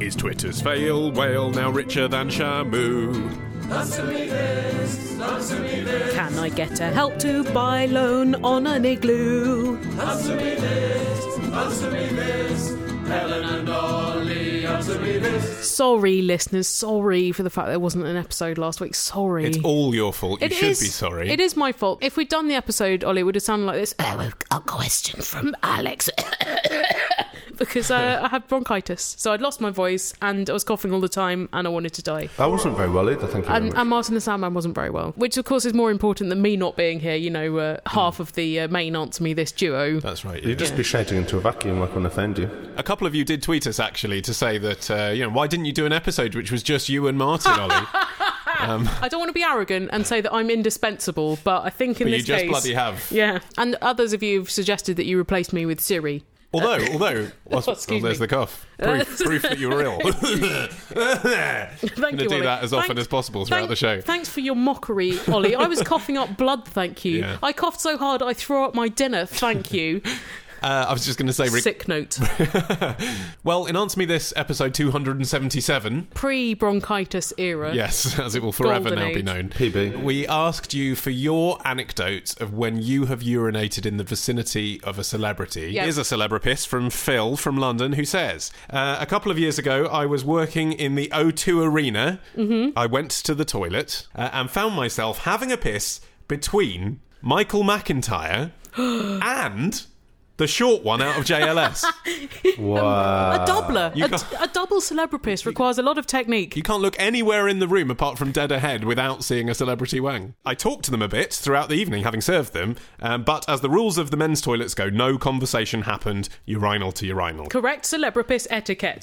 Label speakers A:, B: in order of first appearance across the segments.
A: Is Twitter's fail whale now richer than Shamu?
B: Can I get a help to buy loan on an igloo? Sorry, listeners. Sorry for the fact there wasn't an episode last week. Sorry.
A: It's all your fault. You
B: It
A: should
B: is-
A: be sorry.
B: It is my fault. If we'd done the episode, Ollie, it would have sounded like this. Oh, a question from Alex. because uh, I had bronchitis, so I'd lost my voice and I was coughing all the time and I wanted to die.
C: I wasn't very well either, thank you.
B: And,
C: very
B: and Martin the Sandman wasn't very well, which of course is more important than me not being here. You know, uh,
A: Hmm.
B: half of the uh, main answer me this duo.
A: That's right.
C: You'd just be shouting into a vacuum like on offend you.
A: A couple of you did tweet us actually to say that uh, you know why didn't you do an episode which was just you and Martin, Ollie?
B: I don't want to be arrogant and say that I'm indispensable, but I think in
A: But you
B: this
A: just
B: case,
A: bloody have.
B: yeah. And others of you have suggested that you replaced me with Siri.
A: Although, although, well,
B: Oh, excuse
A: well, there's
B: me.
A: the cough. Proof, proof that you were ill.
B: Thank
A: Gonna
B: you,
A: do
B: Ollie.
A: that as often as possible throughout the show.
B: Thanks for your mockery, Ollie. I was coughing up blood. Thank you.
A: Yeah.
B: I coughed so hard I threw up my dinner. Thank you.
A: Uh, I was just going to say, Rick,
B: Sick note.
A: well, in Answer Me This, episode 277,
B: Pre bronchitis era.
A: yes, as it will forever
B: Golden
A: now be
B: age.
A: known,
C: PB.
A: we asked you for your anecdotes of when you have urinated in the vicinity of a celebrity.
B: Yeah.
A: Here's a celebripist from Phil from London who says, uh, A couple of years ago, I was working in the O2 Arena.
B: Mm-hmm.
A: I went to the toilet uh, and found myself having a piss between Michael McIntyre and the short one out of JLS.
B: Um,
C: Wow.
B: A doubler,
A: You
B: a,
A: can't-
B: a double celebripist requires a lot of technique.
A: You can't look anywhere in the room apart from dead ahead without seeing a celebrity wang. I talked to them a bit throughout the evening, having served them, um, but as the rules of the men's toilets go, no conversation happened, urinal to urinal.
B: Correct celebripist etiquette.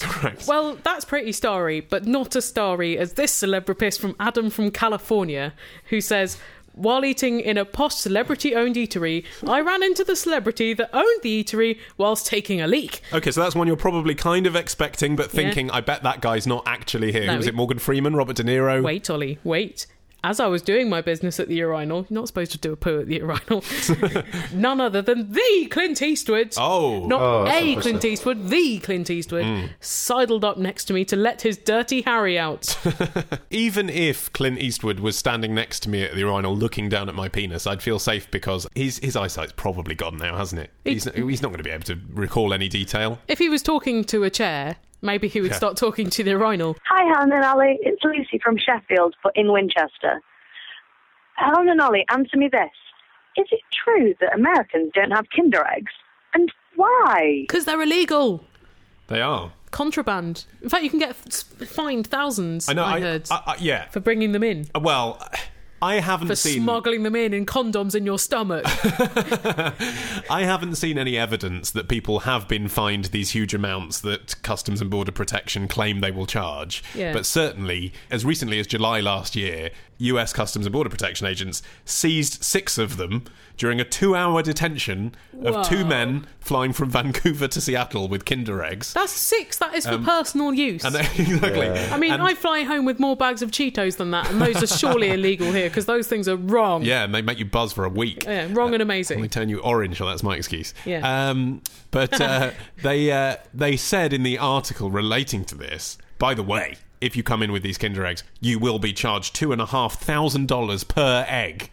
A: Correct.
B: Well, that's pretty starry, but not as starry as this celebripist from Adam from California, who says. While eating in a posh celebrity owned eatery, I ran into the celebrity that owned the eatery whilst taking a leak.
A: Okay, so that's one you're probably kind of expecting, but thinking, I bet that guy's not actually here.
B: No,
A: Was
B: he-
A: it Morgan Freeman, Robert De Niro?
B: Wait, Ollie, wait. As I was doing my business at the urinal, you're not supposed to do a poo at the urinal. None other than the Clint Eastwood.
A: Oh. Hmm.
B: Not
C: Oh, that's
B: a
C: impressive.
B: Clint Eastwood, the Clint Eastwood, sidled up next to me to let his dirty Harry out.
A: Even if Clint Eastwood was standing next to me at the urinal looking down at my penis, I'd feel safe because his, his eyesight's probably gone now, hasn't it? He's, he's not going to be able to recall any detail.
B: if he was talking to a chair, maybe he would start talking to the urinal.
D: Hi, Helen and Ollie. It's Lucy from Sheffield, but in Winchester. Helen and Ollie, answer me this. Is it true that Americans don't have Kinder eggs? And why?
B: Because they're illegal.
A: They are.
B: Contraband. In fact, you can get f- fined thousands,
A: I know. I,
B: heard,
A: I- I- yeah.
B: for bringing them in.
A: Well, I haven't
B: For
A: seen
B: smuggling them in in condoms in your stomach.
A: I haven't seen any evidence that people have been fined these huge amounts that Customs and Border Protection claim they will charge.
B: Yeah.
A: But certainly, as recently as July last year, U.S. Customs and Border Protection agents seized six of them during a two-hour detention of
B: Whoa.
A: two men flying from Vancouver to Seattle with Kinder eggs.
B: That's six. That is for personal use.
A: Um, And they- exactly.
B: I mean,
A: And-
B: I fly home with more bags of Cheetos than that, and those are surely illegal here because those things are wrong.
A: yeah, and they make you buzz for a week.
B: Yeah, wrong and amazing.
A: Only turn you orange. Well, that's my excuse.
B: Yeah.
A: Um, but uh, they uh, they said in the article relating to this. By the way, if you come in with these Kinder eggs, you will be charged two and a half thousand dollars per egg.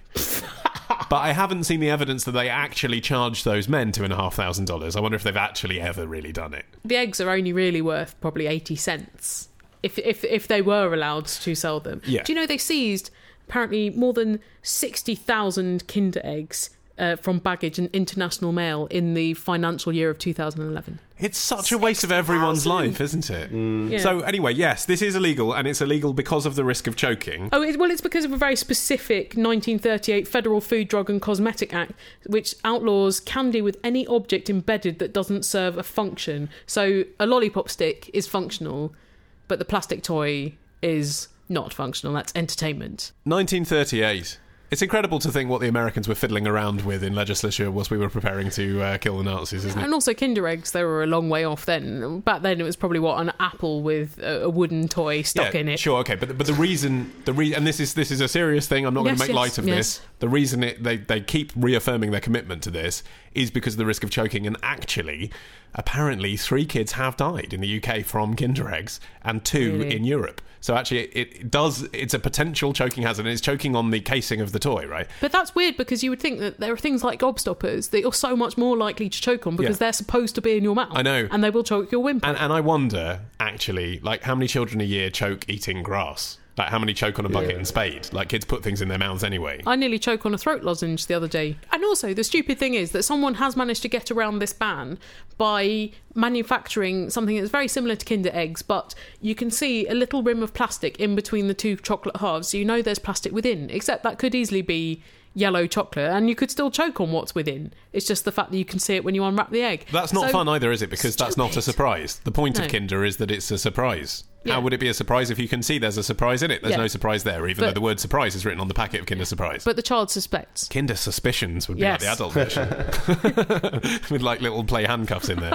A: But I haven't seen the evidence that they actually charged those men two and a half thousand dollars. I wonder if they've actually ever really done it.
B: the eggs are only really worth probably 80 cents if if if they were allowed to sell them
A: Yeah.
B: do you know they seized apparently more than 60,000 kinder eggs uh, from baggage and international mail in the financial year of 2011
A: It's such a waste of everyone's life, isn't it? So anyway, yes, this is illegal, and it's illegal because of the risk of choking.
B: Oh, it, well, it's because of a very specific 1938 Federal Food, Drug and Cosmetic Act, which outlaws candy with any object embedded that doesn't serve a function. So a lollipop stick is functional, but the plastic toy is not functional. That's entertainment.
A: 1938. It's incredible to think what the Americans were fiddling around with in legislature whilst we were preparing to uh, kill the Nazis, isn't it?
B: And also Kinder Eggs, they were a long way off then. Back then, it was probably, what, an apple with a, a wooden toy stuck
A: Yeah,
B: in it.
A: Sure, okay, but the, but the reason the re- and this is this is a serious thing. I'm not going
B: Yes,
A: to make
B: yes,
A: light of
B: yes.
A: this. The reason it, they, they keep reaffirming their commitment to this is because of the risk of choking. And actually, apparently, three kids have died in the UK from Kinder Eggs and two
B: Really?
A: in Europe. So actually, it, it does, it's a potential choking hazard. And it's choking on the casing of the toy, right?
B: But that's weird because you would think that there are things like gobstoppers that you're so much more likely to choke on because
A: Yeah.
B: they're supposed to be in your mouth.
A: I know.
B: And they will choke your wimp.
A: And, and I wonder, actually, like how many children a year choke eating grass? Like how many choke on a bucket and spade? Like kids put things in their mouths anyway.
B: I nearly choke on a throat lozenge the other day. And also, the stupid thing is that someone has managed to get around this ban by manufacturing something that's very similar to Kinder Eggs, but you can see a little rim of plastic in between the two chocolate halves, so you know there's plastic within, except that could easily be yellow chocolate and you could still choke on what's within. It's just the fact that you can see it when you unwrap the egg.
A: That's not
B: So-
A: fun either, is it? Because that's not a
B: Stupid.
A: surprise. The point
B: No.
A: of Kinder is that it's a surprise.
B: Yeah.
A: How would it be a surprise if you can see there's a surprise in it? There's
B: Yeah.
A: no surprise there, even
B: But-
A: though the word surprise is written on the packet of Kinder Surprise.
B: But the child suspects.
A: Kinder Suspicions would be
B: Yes.
A: like the adult version. With like little play handcuffs in there.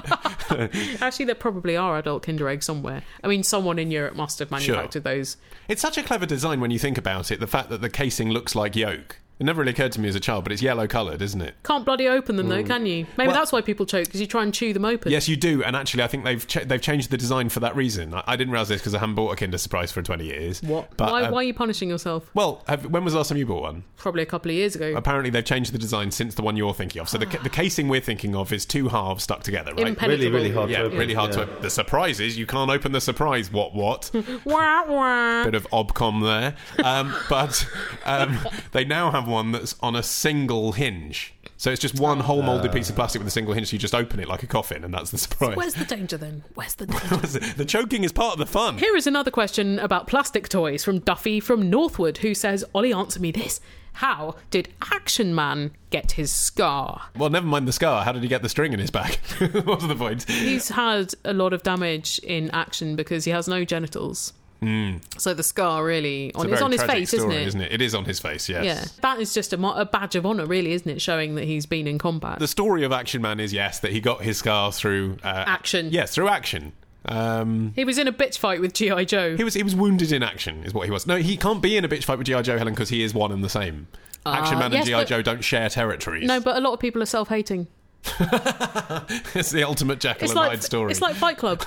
B: Actually, there probably are adult Kinder eggs somewhere. I mean, someone in Europe must have manufactured those.
A: It's such a clever design when you think about it, the fact that the casing looks like yolk. It never really occurred to me as a child, but it's yellow coloured, isn't it?
B: Can't bloody open them though, can you?
A: Hmm.
B: Maybe
A: Well-
B: that's why people choke because you try and chew them open.
A: Yes, you do, and actually, I think they've ch- they've changed the design for that reason. I, I didn't realize this because I haven't bought a Kinder Surprise for twenty years.
B: What?
A: But,
B: why,
A: uh,
B: why are you punishing yourself?
A: Well, have, when was the last time you bought one?
B: Probably a couple of years ago.
A: Apparently, they've changed the design since the one you're thinking of. So the, ca- the casing we're thinking of is two halves stuck together, right?
B: Impenetrable.
C: Really, really hard
A: yeah,
C: to open.
A: really hard
C: yeah.
A: to. The surprise is you can't open the surprise. What? What?
B: Wah, wah.
A: Bit of obcom there, um, but um, they now have one that's on a single hinge. So it's just one whole molded piece of plastic with a single hinge. So you just open it like a coffin, and that's the surprise.
B: Where's the danger then? Where's the danger?
A: the choking is part of the fun.
B: Here is another question about plastic toys from Duffy from Northwood, who says, Ollie, answer me this. How did Action Man get his scar?
A: Well, never mind the scar. How did he get the string in his back? what was the point?
B: He's had a lot of damage in action because he has no genitals. So the scar really on,
A: Hmm. a
B: it's,
A: very
B: on his
A: tragic
B: face,
A: story,
B: isn't it?
A: Isn't it? It is on his face. Yes.
B: Yeah, that is just a, mo- a badge of honor, really, isn't it? Showing that he's been in combat.
A: The story of Action Man is yes that he got his scar through uh,
B: Action.
A: Yes, through action. Um,
B: He was in a bitch fight with GI Joe.
A: he was he was wounded in action, is what he was. No, he can't be in a bitch fight with GI Joe Helen because he is one and the same. Action Man and
B: Ah, yes,
A: GI
B: but-
A: Joe don't share territories.
B: no, but a lot of people are self-hating.
A: it's the ultimate Jekyll
B: It's
A: and
B: like
A: Hyde story.
B: it's like Fight Club.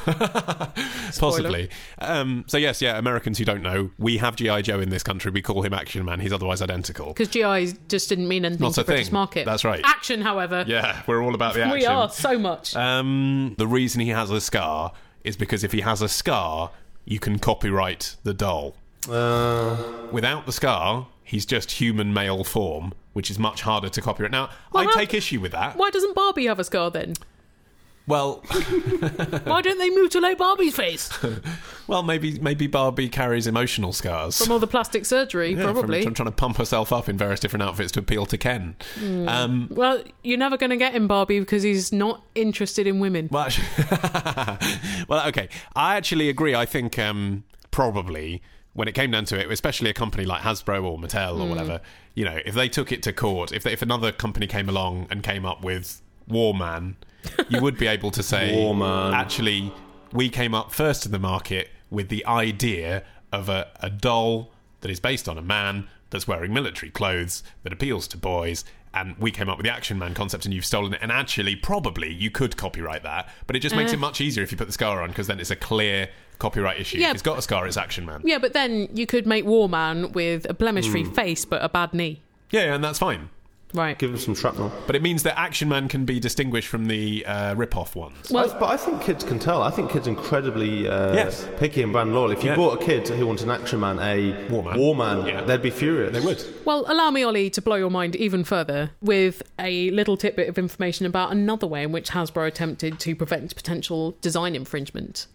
A: possibly. Um, so yes, yeah. Americans who don't know, we have GI Joe in this country. We call him Action Man. He's otherwise identical.
B: because GI just didn't mean anything
A: Not
B: to
A: a
B: the British
A: thing.
B: market.
A: That's right.
B: Action, however,
A: Yeah, we're all about the action.
B: we are so much.
A: Um, the reason he has a scar is because if he has a scar, you can copyright the doll.
C: Uh,
A: Without the scar, he's just human male form, which is much harder to copyright. Now,
B: Well,
A: I
B: how-
A: take issue with that.
B: Why doesn't Barbie have a scar then?
A: Well,
B: Why don't they mutilate Barbie's face from
A: well, maybe maybe Barbie carries emotional scars.
B: all the plastic surgery?
A: Yeah, from-
B: probably.
A: from, trying to pump herself up in various different outfits to appeal to Ken.
B: Hmm.
A: Um,
B: well, you're never going to get him Barbie because he's not interested in women.
A: Well, actually, well, okay. I actually agree. I think um, probably when it came down to it, especially a company like Hasbro or Mattel or whatever, you know, if they took it to court, if they, if another company came along and came up with Warman, you would be able to say,
C: War Man.
A: actually, we came up first to the market with the idea of a, a doll that is based on a man that's wearing military clothes that appeals to boys. And we came up with the Action Man concept, and you've stolen it. And actually, probably you could copyright that, but it just makes it
B: Uh.
A: much easier if you put the scar on, because then it's a clear copyright issue.
B: Yeah.
A: It's got a scar. It's Action Man.
B: Yeah, but then you could make Warman with a blemish-free face but a bad knee.
A: Yeah, yeah, and that's fine.
B: Right.
C: Give him some shrapnel.
A: But it means that Action Man can be distinguished from the uh, rip-off ones.
B: Well-
C: I, but I think kids can tell. I think kids are incredibly uh,
A: Yes.
C: picky and brand loyal. If you
A: Yeah.
C: bought a kid who wanted an action man, a
A: War man. Yeah.
C: they'd be furious. They would.
B: Well, allow me, Ollie, to blow your mind even further with a little tidbit of information about another way in which Hasbro attempted to prevent potential design infringement.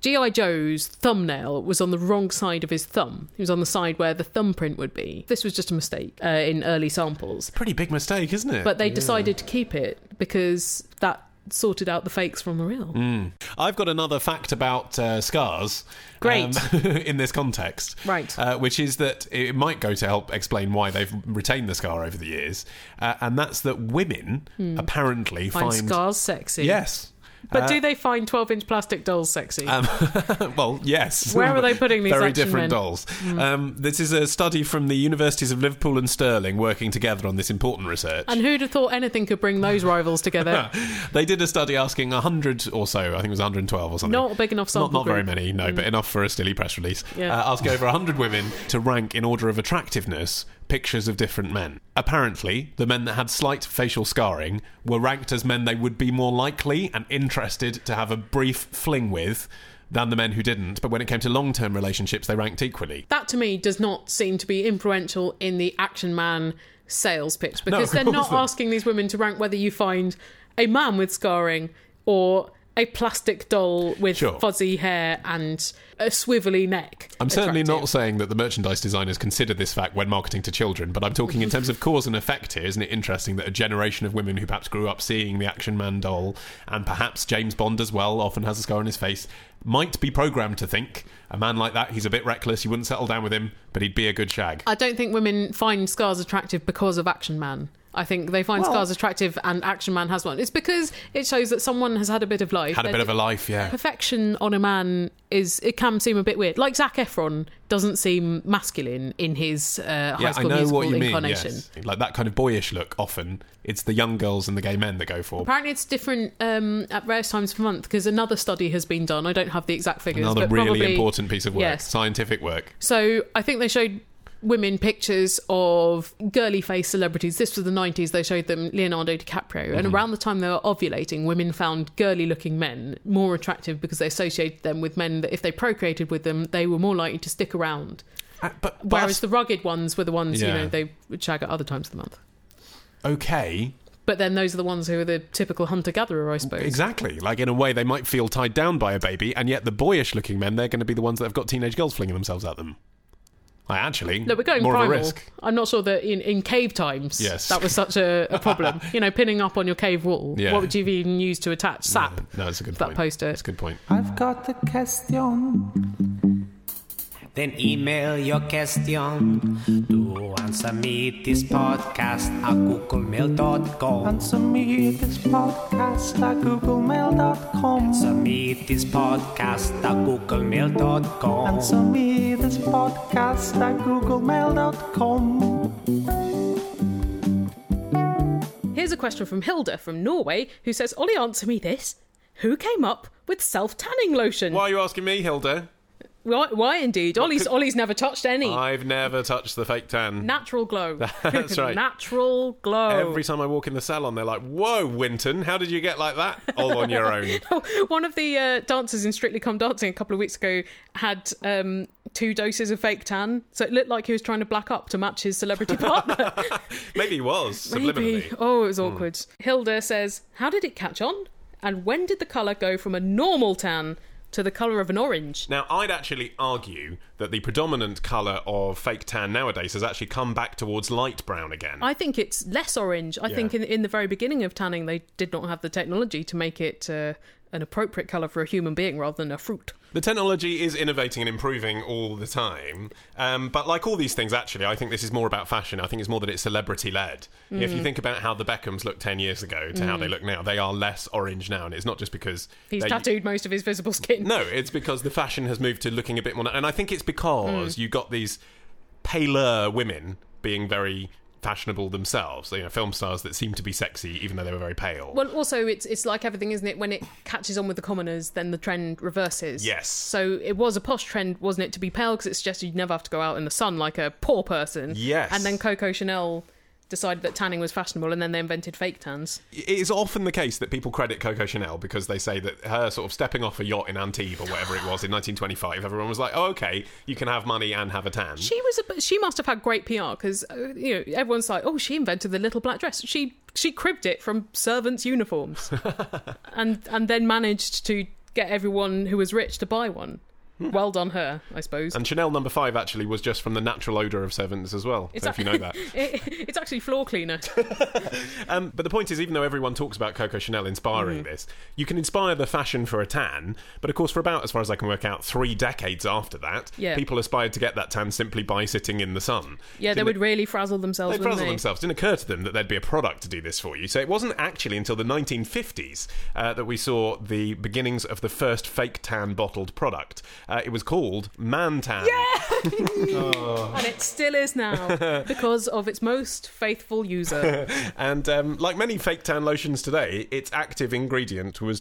B: G.I. Joe's thumbnail was on the wrong side of his thumb. It was on the side where the thumbprint would be. This was just a mistake uh, in early samples.
A: Pretty big mistake, isn't it?
B: But they decided to keep it because that sorted out the fakes from the real.
A: I've got another fact about uh, scars.
B: Great.
A: um, in this context.
B: Right.
A: Uh, which is that it might go to help explain why they've retained the scar over the years. Uh, and that's that women apparently
B: Hmm. Find
A: find.
B: scars sexy.
A: Yes. um,
B: But do they find 12 inch plastic dolls sexy?
A: well, yes.
B: Where are they putting these
A: Very
B: action
A: different
B: men? Hmm.
A: dolls. Um, this is a study from the universities of Liverpool and Stirling working together on this important research.
B: and who'd have thought anything could bring those rivals together?
A: they did a study asking 100 or so, I think it was 112 or something.
B: Not a big enough sample
A: Not, not very
B: group. Mm.
A: many, no, but enough for a silly press release.
B: Yeah.
A: Uh, ask over 100 women to rank in order of attractiveness pictures of different men. Apparently, the men that had slight facial scarring were ranked as men they would be more likely and interested to have a brief fling with than the men who didn't, but when it came to long term relationships, they ranked equally.
B: that to me does not seem to be influential in the action man sales pitch because
A: of
B: they're
A: course
B: not
A: not.
B: asking these women to rank whether you find a man with scarring or a plastic doll with
A: Sure.
B: fuzzy hair and a swivelly neck.
A: I'm certainly
B: attractive.
A: not saying that the merchandise designers consider this fact when marketing to children, but I'm talking in terms of cause and effect here. Isn't it interesting that a generation of women who perhaps grew up seeing the Action Man doll and perhaps James Bond as well, often has a scar on his face, might be programmed to think a man like that, he's a bit reckless, you wouldn't settle down with him, but he'd be a good shag.
B: I don't think women find scars attractive because of Action Man. I think they find scars attractive and Action Man has one. It's because it shows that someone has had a bit of life.
A: Had a
B: They're
A: bit of
B: d-
A: a life, yeah.
B: perfection on a man is it can seem a bit weird. Like Zac Efron doesn't seem masculine in his uh, High
A: Yeah, I
B: School
A: know
B: Musical
A: what you mean.
B: incarnation.
A: Yes. Like that kind of boyish look, often it's the young girls and the gay men that go for.
B: Apparently, it's different um, at various times per month because another study has been done. I don't have the exact figures.
A: Another
B: but
A: really
B: probably-
A: important piece of work,
B: Yes.
A: scientific work.
B: So I think they showed women pictures of girly face celebrities. This was the 90s. They showed them Leonardo DiCaprio.
A: Mm-hmm.
B: And around the time they were ovulating, women found girly looking men more attractive because they associated them with men that if they procreated with them, they were more likely to stick around.
A: Uh, But, but
B: Whereas the rugged ones were the ones, you
A: Yeah.
B: know, they would shag at other times of the month.
A: okay,
B: But then those are the ones who are the typical hunter gatherer, I suppose.
A: Exactly. Like in a way, they might feel tied down by a baby, and yet the boyish-looking men, they're going to be the ones that have got teenage girls flinging themselves at them. I actually
B: No, we're going
A: more
B: primal.
A: of a risk.
B: I'm not sure that in, in cave times
A: Yes.
B: that was such a, a problem. you know, pinning up on your cave wall.
A: Yeah.
B: What would you even use to attach? Sap.
A: No, it's a good
B: That
A: point.
B: poster.
A: It's a good point.
E: I've got a question. Then email your question to answer me this podcast at googlemail.com. Answer me this podcast at googlemail.com. Answer me this podcast at googlemail.com. Answer me this podcast at googlemail.com.
B: Here's a question from Hilda from Norway who says, Ollie, answer me this. Who came up with self tanning lotion?
A: Why are you asking me, Hilda?
B: Why, why indeed? Ollie's, Ollie's never touched any.
A: I've never touched the fake tan.
B: Natural glow.
A: That's right.
B: Natural glow.
A: Every time I walk in the salon, they're like, "Whoa, Winton, how did you get like that? All on your own."
B: One of the uh, dancers in Strictly Come Dancing a couple of weeks ago had um, two doses of fake tan, so it looked like he was trying to black up to match his celebrity partner.
A: Maybe he was
B: Maybe.
A: subliminally. Hmm.
B: Oh, it was awkward. Hilda says, "How did it catch on? And when did the color go from a normal tan to the color of an orange?"
A: Now, I'd actually argue that the predominant colour of fake tan nowadays has actually come back towards light brown again.
B: I think it's less orange. I think in, in the very beginning of tanning, they did not have the technology to make it uh, an appropriate color for a human being rather than a fruit.
A: The technology is innovating and improving all the time. Um, but like all these things, actually, I think this is more about fashion. I think it's more that it's celebrity led. If you think about how the Beckhams looked 10 years ago to how they look now, they are less orange now. And it's not just because.
B: He's
A: they-
B: tattooed most of his visible skin.
A: No, it's because the fashion has moved to looking a bit more. And I think it's because you got these paler women being very fashionable themselves. You know, film stars that seemed to be sexy even though they were very pale.
B: Well, also it's it's like everything, isn't it? When it catches on with the commoners, then the trend reverses.
A: Yes.
B: So it was a posh trend, wasn't it, to be pale? Because it suggested you'd never have to go out in the sun like a poor person.
A: Yes.
B: And then Coco Chanel decided that tanning was fashionable, and then they invented fake tans.
A: it is often the case that people credit Coco Chanel because they say that her sort of stepping off a yacht in Antibes or whatever it was in 1925, everyone was like, oh, okay, you can have money and have a tan.
B: She was a, she must have had great PR because uh, you know everyone's like, oh, she invented the little black dress. She she cribbed it from servants' uniforms, and and then managed to get everyone who was rich to buy one.
A: Hmm.
B: Well done, her, I suppose.
A: And Chanel number five actually was just from the natural odor of servants as well. so if you know that.
B: It- it's actually floor cleaner.
A: Um, but the point is, even though everyone talks about Coco Chanel inspiring
B: Mm.
A: this, you can inspire the fashion for a tan, but of course, for about, as far as I can work out, three decades after that,
B: Yeah.
A: people aspired to get that tan simply by sitting in the sun.
B: Yeah, they
A: Didn't
B: would
A: it-
B: really frazzle themselves.
A: They
B: wouldn't
A: frazzled themselves. Didn't occur to them that there'd be a product to do this for you. So it wasn't actually until the 1950s uh, that we saw the beginnings of the first fake tan bottled product. Uh, it was called Mantan. Yeah!
B: And it still is now because of its most faithful user.
A: And um, like many fake tan lotions today, its active ingredient was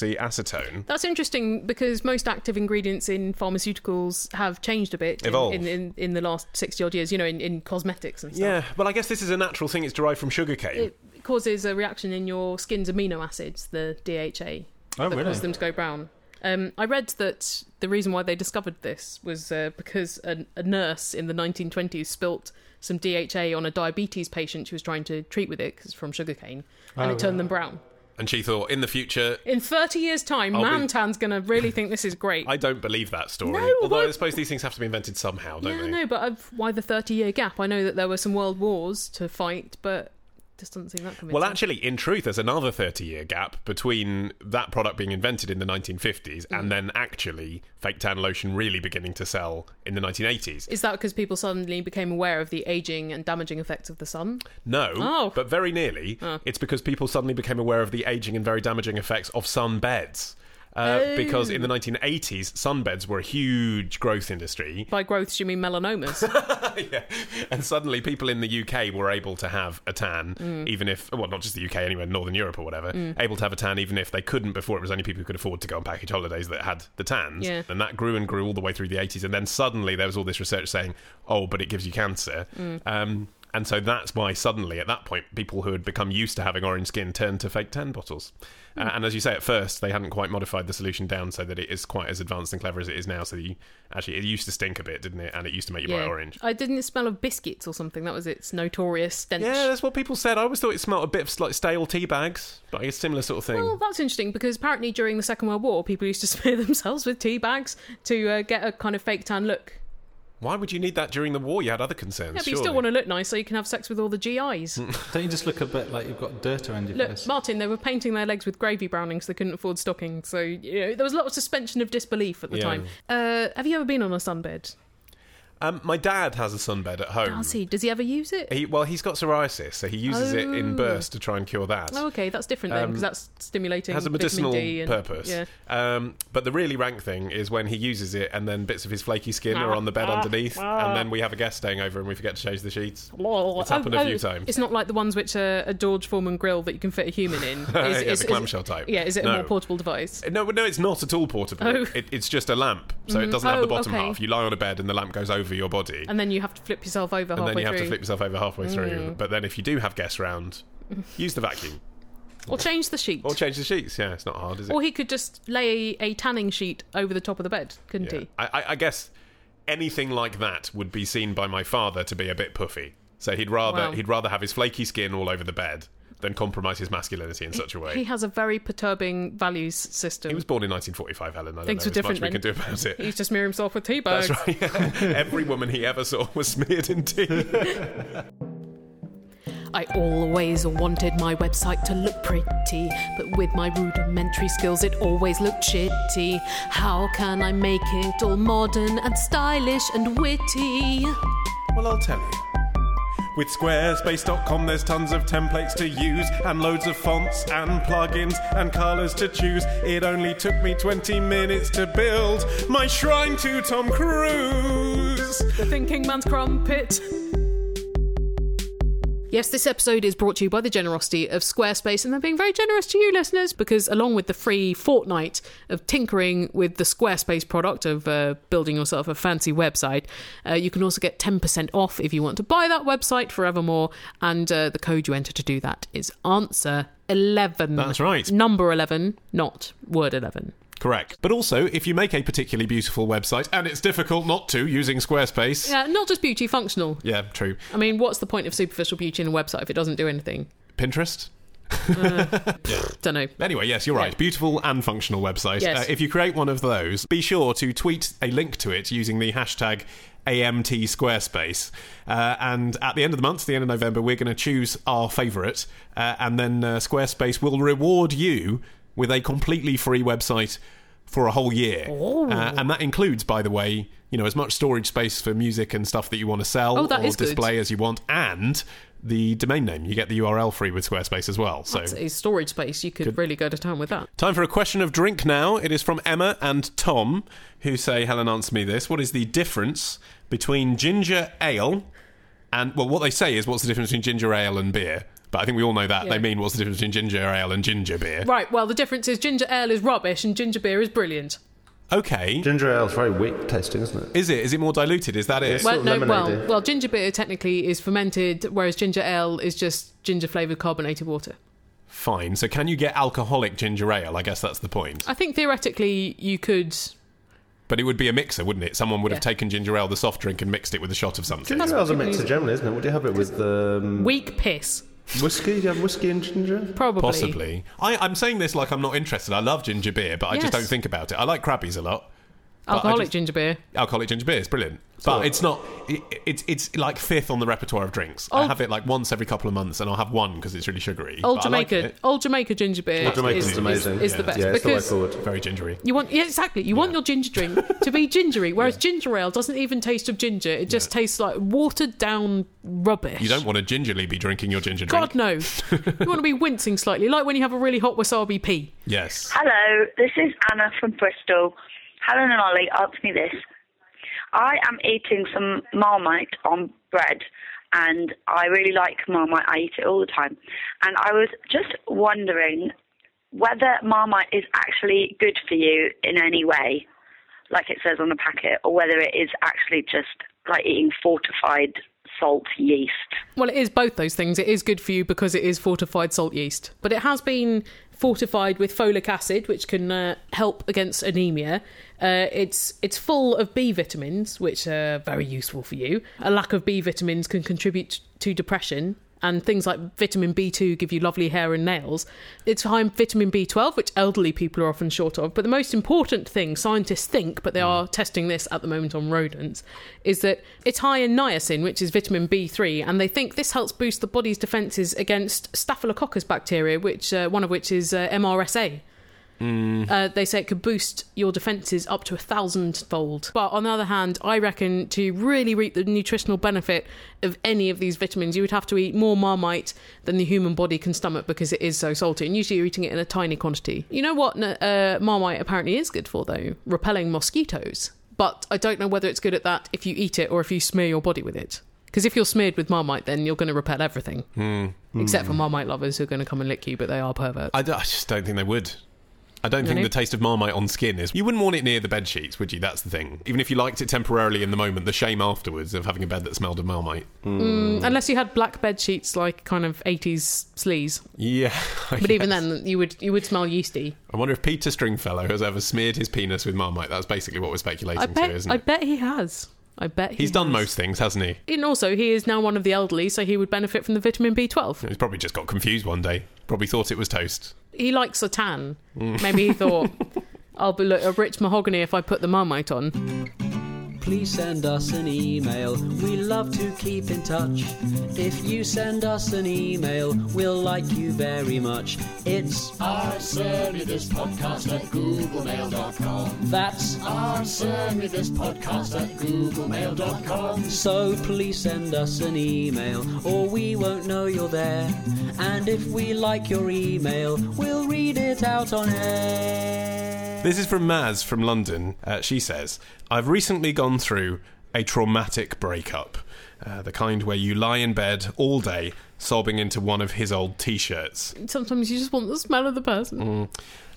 A: dihydroxyacetone.
B: That's interesting because most active ingredients in pharmaceuticals have changed a bit in-
A: Evolved.
B: in, in, in the last 60 odd years, you know, in, in cosmetics and stuff.
A: Yeah, Uh, well, I guess this is a natural thing. It's derived from sugarcane.
B: It causes a reaction in your skin's amino acids, the DHA,
F: Oh,
B: that
F: really?
B: causes them to go brown. Um, I read that the reason why they discovered this was uh, because a, a nurse in the 1920s spilt some DHA on a diabetes patient she was trying to treat with it 'cause it's from sugarcane, and
A: Oh,
B: it turned them brown.
A: and she thought, in the future,
B: In 30 years' time,
A: I'll be-
B: Mantan's going to really think this is great.
A: I don't believe that story.
B: No,
A: Although I
B: what-
A: suppose these things have to be invented somehow, don't
B: yeah,
A: they?
B: no, but I've, why the 30 year gap? I know that there were some world wars to fight, but just doesn't seem that convincing.
A: Well, actually, in truth, there's another 30 year gap between that product being invented in the 1950s and then actually fake tan lotion really beginning to sell in the 1980s.
B: Is that because people suddenly became aware of the aging and damaging effects of the sun?
A: No,
B: Oh.
A: but very nearly, it's because people suddenly became aware of the aging and very damaging effects of sunbeds. Uh, Because in the 1980s, sunbeds were a huge growth industry.
B: By growth, you mean melanomas.
A: yeah. And suddenly people in the UK were able to have a tan, even if, well, not just the UK, anywhere, in Northern Europe or whatever, able to have a tan, even if they couldn't before. It was only people who could afford to go on package holidays that had the tans.
B: Yeah.
A: And that grew and grew all the way through the 80s. And then suddenly there was all this research saying, oh, but it gives you cancer. Um, and so that's why suddenly at that point, people who had become used to having orange skin turned to fake tan bottles. Uh, and as you say, at first, they hadn't quite modified the solution down so that it is quite as advanced and clever as it is now. So that you actually, it used to stink a bit, didn't it? And it used to make you buy orange.
B: I didn't smell of biscuits or something. That was its notorious stench.
A: Yeah, that's what people said. I always thought it smelled a bit of like stale tea bags, but it's a similar sort of thing.
B: well, that's interesting because apparently during the Second World War, people used to smear themselves with tea bags to uh, get a kind of fake tan look.
A: Why would you need that during the war? You had other concerns.
B: Yeah, but you still
A: surely.
B: want to look nice so you can have sex with all the GIs.
F: Don't you just look a bit like you've got dirt around your
B: Look,
F: face?
B: Martin, they were painting their legs with gravy browning because they couldn't afford stockings. So, you know, there was a lot of suspension of disbelief at the
A: Yeah.
B: time. Uh, have you ever been on a sunbed?
A: Um, my dad has a sunbed at home.
B: Does he? Does he ever use it?
A: He, well, he's got psoriasis, so he uses it in
B: Oh.
A: bursts to try and cure that.
B: Oh, okay, that's different then because that's
A: It
B: stimulating.
A: Um, has a
B: vitamin
A: medicinal
B: D and-
A: purpose.
B: Yeah.
A: Um, but the really rank thing is when he uses it and then bits of his flaky skin are on the
B: Ah,
A: bed underneath, and then we have a guest staying over and we forget to change the sheets. It's happened
B: Oh,
A: a few
B: oh,
A: times.
B: It's not like the ones which are a George Foreman grill that you can fit a human in. Is,
A: Yeah, the
B: is- is-
A: clamshell type.
B: Yeah, is it a
A: No.
B: more portable device?
A: No, no, it's not at all portable.
B: Oh.
A: It, it's just a lamp, so it doesn't have
B: Oh,
A: the bottom
B: okay.
A: half. You lie on a bed, and the lamp goes over your body,
B: And then you have to flip yourself over
A: and
B: halfway
A: then you have
B: through, Mm.
A: to flip yourself over halfway through. But then, if you do have guests round, use the vacuum
B: or change the sheet,
A: or change the sheets. Yeah, it's not hard, is it?
B: Or he could just lay a tanning sheet over the top of the bed, couldn't
A: Yeah.
B: he?
A: I, I, I guess anything like that would be seen by my father to be a bit puffy. So he'd rather
B: Wow.
A: he'd rather have his flaky skin all over the bed than compromise his masculinity in such a way.
B: He has a very perturbing values system.
A: He was born in 1945, Helen. I don't
B: Things
A: know
B: were
A: as much we
B: different
A: can do about it.
B: He used to smear himself with tea bags.
A: That's right. Every woman he ever saw was smeared in tea.
B: I always wanted my website to look pretty, but with my rudimentary skills, it always looked shitty. How can I make it all modern and stylish and witty?
A: Well, I'll tell you. With squarespace.com, there's tons of templates to use, and loads of fonts and plugins and colors to choose. It only took me 20 minutes to build my shrine to Tom Cruise.
B: The thinking man's crumpet. Yes, this episode is brought to you by the generosity of Squarespace, and they're being very generous to you, listeners, because along with the free fortnight of tinkering with the Squarespace product of uh, building yourself a fancy website, uh, you can also get 10% off if you want to buy that website forevermore. And uh, the code you enter to do that is answer 11.
A: That's right.
B: Number 11, not word 11.
A: Correct. But also, if you make a particularly beautiful website, and it's difficult not to using Squarespace.
B: Yeah, not just beauty, functional.
A: Yeah, true.
B: I mean, what's the point of superficial beauty in a website if it doesn't do anything?
A: Pinterest?
B: Don't know.
A: Anyway, yes, you're right. Beautiful and functional website.
B: Yes.
A: Uh, if you create one of those, be sure to tweet a link to it using the hashtag AMT Squarespace. Uh, and at the end of the month, the end of November, we're going to choose our favourite, uh, and then uh, Squarespace will reward you with a completely free website for a whole year.
B: Oh.
A: Uh, and that includes, by the way, you know, as much storage space for music and stuff that you want to sell
B: Oh, that
A: or
B: is good.
A: display as you want, and the domain name. You get the URL free with Squarespace as well. So
B: It's storage space. You could, really go to town with that.
A: Time for a question of drink now. It is from Emma and Tom, who say, Helen, answer me this. What is the difference between ginger ale and, well, what they say is, what's the difference between ginger ale and beer? But I think we all know that.
B: Yeah.
A: They mean, what's the difference between ginger ale and ginger beer?
B: Right. Well, the difference is ginger ale is rubbish and ginger beer is brilliant.
A: Okay.
C: Ginger ale is very weak tasting, isn't it?
A: Is it? Is it more diluted? Is that it?
C: Well-
B: Well,
C: sort
B: no.
C: of lemonade,
B: Well,
C: eh?
B: well, ginger beer technically is fermented, whereas ginger ale is just ginger flavored carbonated water.
A: Fine. So can you get alcoholic ginger ale? I guess that's the point.
B: I think theoretically you could.
A: But it would be a mixer, wouldn't it? Someone would have
B: Yeah.
A: taken ginger ale, the soft drink, and mixed it with a shot of something.
B: That's
C: Ginger ale's a
B: what people
C: mixer
B: use.
C: generally, isn't it? What do you have it with? Um,
B: Weak piss,
C: whiskey? Do you have whiskey and ginger?
B: probably.
A: Possibly. I, I'm saying this like I'm not interested. I love ginger beer, but I just
B: Yes.
A: don't think about it. I like crabbies a lot. I
B: Alcoholic
A: just-
B: ginger beer.
A: Alcoholic ginger beer is brilliant, but it's not. It, it's it's like fifth on the repertoire of drinks. I
B: Oh.
A: have it like once every couple of months, and I'll have one because it's really sugary.
B: Old
A: but I like
B: Jamaica,
A: it.
B: old Jamaica ginger beer
C: Old Jamaican's
B: is, is-
C: amazing.
B: is the
A: Yeah.
B: best
C: Yeah, it's the way
B: because
C: forward.
A: very gingery.
B: you want yeah exactly you want your ginger drink to be gingery, whereas ginger ale doesn't even taste of ginger. It just tastes like watered down rubbish.
A: You don't want to gingerly be drinking your ginger drink.
B: God no, you want to be wincing slightly, like when you have a really hot wasabi pea.
A: Yes.
D: Hello, this is Anna from Bristol. Helen and Ollie, ask me this. I am eating some Marmite on bread, and I really like Marmite. I eat it all the time. And I was just wondering whether Marmite is actually good for you in any way, like it says on the packet, or whether it is actually just like eating fortified salt yeast.
B: Well, it is both those things. It is good for you because it is fortified salt yeast, but it has been fortified with folic acid, which can uh, help against anemia. Uh, it's it's full of B vitamins, which are very useful for you. A lack of B vitamins can contribute to depression. And things like vitamin B2 give you lovely hair and nails. It's high in vitamin B12, which elderly people are often short of. But the most important thing scientists think, but they are testing this at the moment on rodents, is that it's high in niacin, which is vitamin B3, and they think this helps boost the body's defences against staphylococcus bacteria, which uh, one of which is uh, MRSA. Uh, they say it could boost your defences up to a thousandfold. But on the other hand, I reckon to really reap the nutritional benefit of any of these vitamins, you would have to eat more marmite than the human body can stomach because it is so salty. And usually you're eating it in a tiny quantity. You know what uh, marmite apparently is good for, though? Repelling mosquitoes. But I don't know whether it's good at that if you eat it or if you smear your body with it. Because if you're smeared with marmite, then you're going to repel everything. Except for marmite lovers who are going to come and lick you, but they are perverts.
A: I, d- I just don't think they would. I don't think
B: Really?
A: the taste of Marmite on skin is. You wouldn't want it near the bed sheets, would you? That's the thing. Even if you liked it temporarily in the moment, the shame afterwards of having a bed that smelled of Marmite.
B: Unless you had black bed sheets like kind of 80s sleaze.
A: Yeah. I
B: But even
A: guess.
B: then you would you would smell yeasty.
A: I wonder if Peter Stringfellow has ever smeared his penis with Marmite. That's basically what we're speculating
B: I
A: to,
B: bet
A: isn't
B: I
A: it?
B: bet he has. I bet he
A: He's done
B: has.
A: most things, hasn't he?
B: And also he is now one of the elderly so he would benefit from the vitamin B12.
A: He's probably just got confused one day. Probably thought it was toast.
B: He likes a tan.
A: Mm.
B: Maybe he thought I'll be like a rich mahogany if I put the marmite on.
G: Please send us an email. We love to keep in touch. If you send us an email, we'll like you very much. It's
H: I send me this podcast at googlemail.com.
G: that's
H: I send me this podcast at googlemail.com.
G: so please send us an email, or we won't know you're there. And if we like your email, we'll read it out on air.
A: This is from Maz from London. Uh, she says, I've recently gone through a traumatic breakup. Uh, the kind where you lie in bed all day sobbing into one of his old t shirts.
B: Sometimes you just want the smell of the person.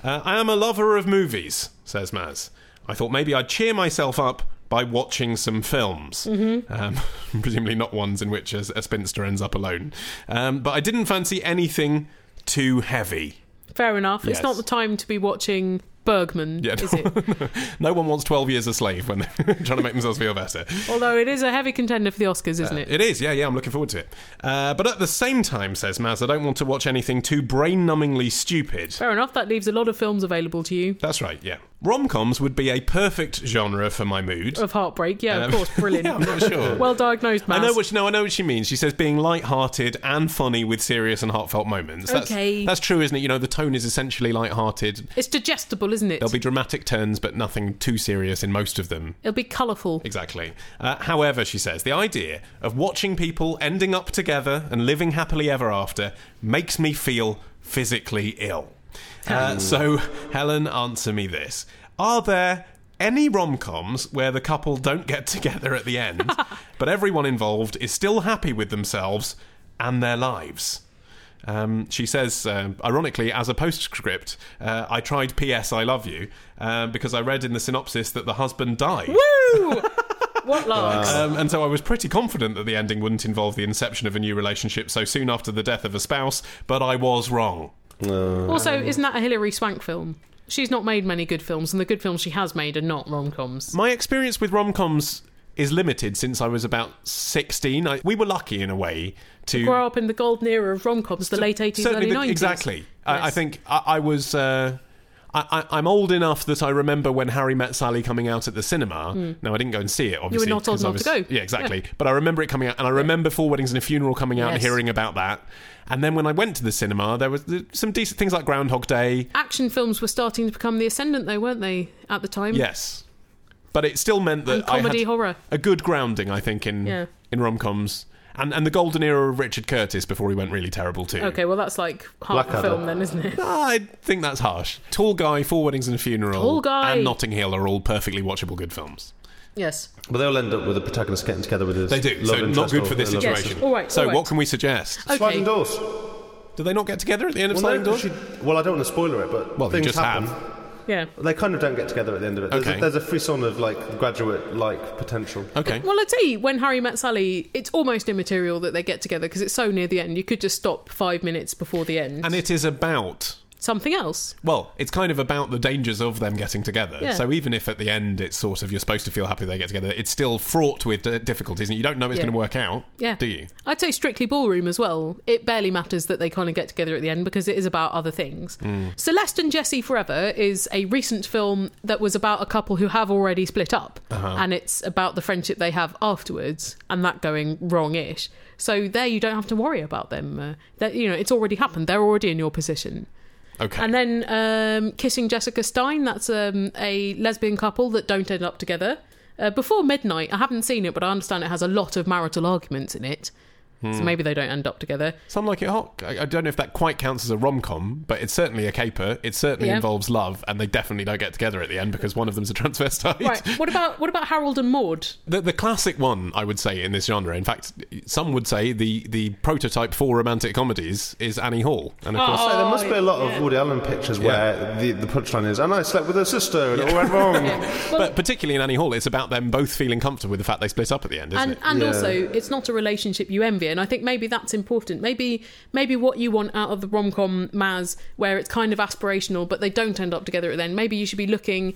A: Uh, I am a lover of movies, says Maz. I thought maybe I'd cheer myself up by watching some films.
B: Mm-hmm.
A: Um, presumably not ones in which a, a spinster ends up alone. Um, but I didn't fancy anything too heavy.
B: Fair enough.
A: Yes.
B: It's not the time to be watching Bergman,
A: Yeah,
B: is it?
A: no one wants 12 years a slave when they're trying to make themselves feel better.
B: Although it is a heavy contender for the Oscars, isn't it?
A: Uh, It is, yeah, yeah, I'm looking forward to it. Uh, but at the same time, says Maz, I don't want to watch anything too brain numbingly stupid.
B: Fair enough, that leaves a lot of films available to you.
A: That's right, yeah. Rom coms would be a perfect genre for my mood.
B: Of heartbreak, yeah,
A: Um,
B: of course, brilliant.
A: yeah, I'm not sure.
B: well diagnosed,
A: I
B: man.
A: know what no, I know what she means. She says being light-hearted and funny with serious and heartfelt moments. That's,
B: Okay.
A: that's true, isn't it? You know, the tone is essentially light-hearted.
B: It's digestible, isn't it?
A: There'll be dramatic turns, but nothing too serious in most of them.
B: It'll be colourful.
A: Exactly. Uh, however, she says, the idea of watching people ending up together and living happily ever after makes me feel physically ill. Uh, so, Helen, answer me this. Are there any rom coms where the couple don't get together at the end, but everyone involved is still happy with themselves and their lives? Um, she says, uh, ironically, as a postscript, uh, I tried P.S. I Love You uh, because I read in the synopsis that the husband died.
B: Woo! what larks?
A: Um, and so I was pretty confident that the ending wouldn't involve the inception of a new relationship so soon after the death of a spouse, but I was wrong.
B: also, isn't that a Hilary Swank film? She's not made many good films, and the good films she has made are not rom coms.
A: My experience with rom coms is limited since I was about 16. I, we were lucky in a way to.
B: Grow up in the golden era of rom coms, the late 80s,
A: certainly
B: early
A: the-
B: 90s.
A: Exactly. I, I
B: Yes.
A: think I, I was. Uh, I, I, I'm old enough that I remember when Harry Met Sally coming out at the cinema. Now I didn't go and see it. Obviously,
B: Hmm. not old
A: 'cause I
B: enough to
A: was-
B: go.
A: Yeah, exactly. But I remember it coming out, and I remember Four Weddings and a Funeral coming out and
B: Yes.
A: hearing about that. And then when I went to the cinema, there was th- some decent things like Groundhog Day.
B: Action films were starting to become the ascendant, though, weren't they, at the time?
A: Yes, but it still meant that
B: And
A: I
B: comedy,
A: had
B: horror.
A: a good grounding, I think, in
B: Yeah.
A: in rom coms. And, and the golden era of Richard Curtis before he went really terrible too.
B: Okay, well, that's like half the
C: Blackadder.
B: film, then, isn't it?
A: Ah, I think that's harsh. Tall Guy, Four Weddings and a Funeral,
B: Tall Guy.
A: and Notting Hill are all perfectly watchable good films.
B: yes.
C: But they'll end up with the protagonist getting together with his
A: They do,
C: love
A: so not
C: interest
A: good
C: or
A: for this
C: their love
B: Yes,
A: situation.
B: all right,
A: so
B: all right. Uh,
A: what can we suggest?
C: interest. Sliding
B: Okay.
C: doors.
A: Do they not get together at the end of
C: Well,
A: Sliding
C: no,
A: Doors?
C: she- well, I don't want to spoiler it, but
A: Well, they
C: things
A: just
C: happen.
A: have.
B: Yeah.
C: They kind of don't get together at the end of it. There's,
A: Okay.
C: a, there's a frisson of like graduate-like potential.
A: Okay.
B: Well, I'd say when Harry met Sally, it's almost immaterial that they get together because it's so near the end. You could just stop five minutes before the end.
A: And it is about.
B: Something else.
A: Well, it's kind of about the dangers of them getting together.
B: Yeah.
A: So even if at the end it's sort of you're supposed to feel happy they get together, it's still fraught with d- difficulties, and you don't know it's
B: Yeah.
A: going to work out.
B: Yeah.
A: Do you?
B: I'd say strictly ballroom as well. It barely matters that they kind of get together at the end because it is about other things.
A: Mm.
B: Celeste and Jesse Forever is a recent film that was about a couple who have already split up
A: Uh-huh.
B: and it's about the friendship they have afterwards and that going wrong ish. So there you don't have to worry about them. Uh, that you know, it's already happened. They're already in your position.
A: Okay.
B: And then um, Kissing Jessica Stein, that's um, a lesbian couple that don't end up together. Uh, Before Midnight, I haven't seen it, but I understand it has a lot of marital arguments in it. So maybe they don't end up together.
A: Some like it hot. I, I don't know if that quite counts as a rom com, but it's certainly a caper. It certainly
B: Yeah.
A: involves love, and they definitely don't get together at the end because one of them's a transvestite.
B: Right. What about what about Harold and Maude?
A: The, the classic one, I would say, in this genre. In fact, some would say the, the prototype for romantic comedies is Annie Hall. And of course,
C: So there must be a lot
B: Oh,
C: of Woody Allen pictures where the, the punchline is, and I slept with her sister and it all went wrong.
A: but particularly in Annie Hall, it's about them both feeling comfortable with the fact they split up at the end, isn't
B: And
A: it?
B: and
C: Yeah.
B: also, it's not a relationship you envy, and I think maybe that's important. Maybe maybe what you want out of the rom com Maz, where it's kind of aspirational, but they don't end up together. Then maybe you should be looking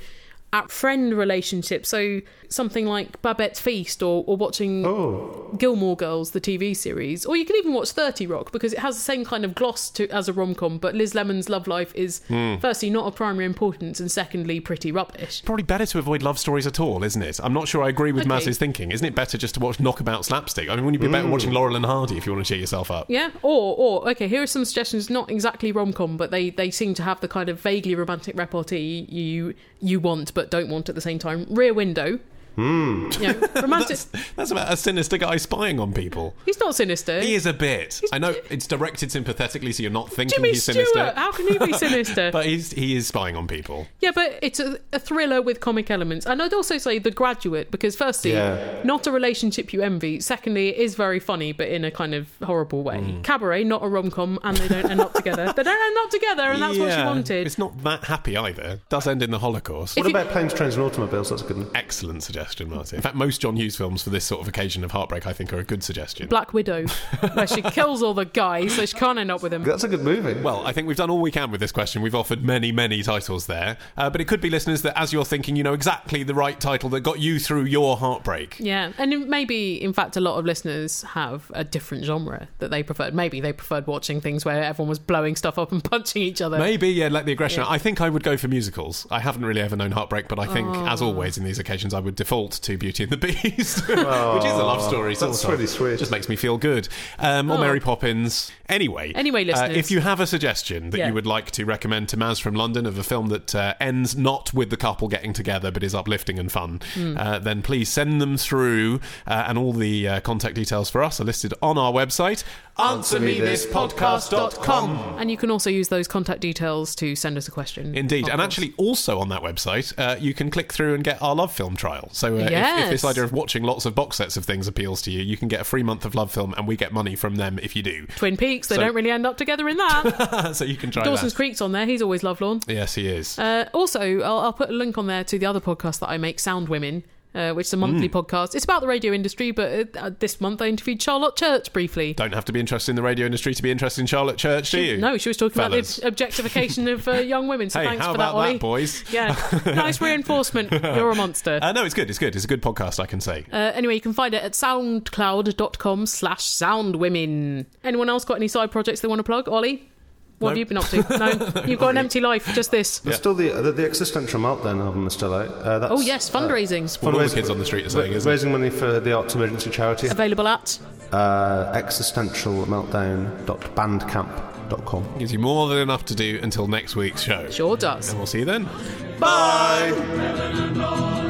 B: at friend relationships. So something like Babette's Feast, or or watching
A: Oh.
B: Gilmore Girls, the TV series, or you can even watch Thirty Rock because it has the same kind of gloss to as a rom com. But Liz Lemon's love life is
A: Hmm.
B: firstly not of primary importance, and secondly pretty rubbish.
A: Probably better to avoid love stories at all, isn't it? I'm not sure I agree with
B: Okay.
A: Maz's thinking. Isn't it better just to watch knockabout slapstick? I mean, wouldn't it be better watching Laurel and Hardy if you want to cheer yourself up?
B: Yeah, or or okay, here are some suggestions. Not exactly rom com, but they they seem to have the kind of vaguely romantic repartee you you want but don't want at the same time. Rear Window. Mm. Yeah, romantic.
A: Hmm. That's about a sinister guy spying on people.
B: he's not sinister.
A: He is a bit. I know it's directed sympathetically, so you're not thinking
B: Jimmy
A: he's
B: Stewart.
A: sinister.
B: How can he be sinister?
A: But he's, he is spying on people.
B: yeah, but it's a, a thriller with comic elements, and I'd also say The Graduate because firstly,
C: Yeah.
B: not a relationship you envy. Secondly, it is very funny, but in a kind of horrible way.
A: Hmm.
B: Cabaret, not a rom com, and they don't end up together. They don't end up together, and that's what she
A: Yeah.
B: wanted.
A: It's not that happy either. Does end in the Holocaust.
C: What about planes, trains, and automobiles? That's a good one.
A: Excellent suggestion, Martin. In fact, most John Hughes films for this sort of occasion of heartbreak, I think, are a good suggestion.
B: Black Widow, where she kills all the guys, so she can't end up with him.
C: That's a good movie.
A: Well, I think we've done all we can with this question. We've offered many, many titles there. Uh, but it could be listeners that, as you're thinking, you know exactly the right title that got you through your heartbreak.
B: Yeah, and maybe, in fact, a lot of listeners have a different genre that they preferred. Maybe they preferred watching things where everyone was blowing stuff up and punching each other.
A: Maybe, yeah, let the aggression. out. I think I would go for musicals. I haven't really ever known heartbreak, but I think,
B: Oh.
A: as always in these occasions, I would default to Beauty and the Beast, which is a love story.
C: Oh, that's
A: sort of.
C: really sweet.
A: Just makes me feel good. Um, or Mary Poppins. Anyway.
B: Oh.
A: uh,
B: Anyway, listeners.
A: if you have a suggestion that
B: Yeah.
A: you would like to recommend to Maz from London of a film that uh, ends not with the couple getting together but is uplifting and fun,
B: Hmm.
A: uh, then please send them through. Uh, and all the uh, contact details for us are listed on our website, answermethispodcast.com.
B: And you can also use those contact details to send us a question.
A: Indeed,
B: of
A: and
B: course.
A: actually, also on that website, uh, you can click through and get our love film trial. So, uh, if- if,
B: Yes.
A: this idea of watching lots of box sets of things appeals to you, you can get a free month of love film, and we get money from them if you do.
B: Twin Peaks, they
A: So-
B: don't really end up together in that.
A: so you can try
B: Dawson's
A: that.
B: Creek's on there, he's always Lovelorn.
A: Yes, he is.
B: Uh, also, I'll, I'll put a link on there to the other podcast that I make, Sound Women, uh, which is a monthly
A: Mm.
B: podcast. It's about the radio industry, but uh, this month I interviewed Charlotte Church briefly.
A: Don't have to be interested in the radio industry to be interested in Charlotte Church, do you?
B: No, she was talking
A: Fellas.
B: about the ob- objectification of uh, young women. So
A: Hey,
B: thanks
A: how
B: for
A: about
B: that, Ollie.
A: that, boys?
B: Yeah, nice reinforcement. You're a monster.
A: Uh, no, it's good. It's good. It's a good podcast, I can say.
B: Uh, anyway, you can find it at soundcloud.com slash soundwomen. Anyone else got any side projects they want to plug? Ollie? What have
A: No.
B: you been up to? No, you've got an empty life, just this.
C: There's still the, the the existential meltdown album is still out. Uh, that's,
B: Oh, yes, fundraising.
A: What all the
C: fundraising-
A: kids on the street are saying, isn't it?
C: raising money for the arts emergency charity.
B: Available at.
C: Uh, existentialmeltdown.bandcamp.com.
A: Gives you more than enough to do until next week's show.
B: Sure does.
A: And we'll see you then.
C: Bye.
H: Heaven and all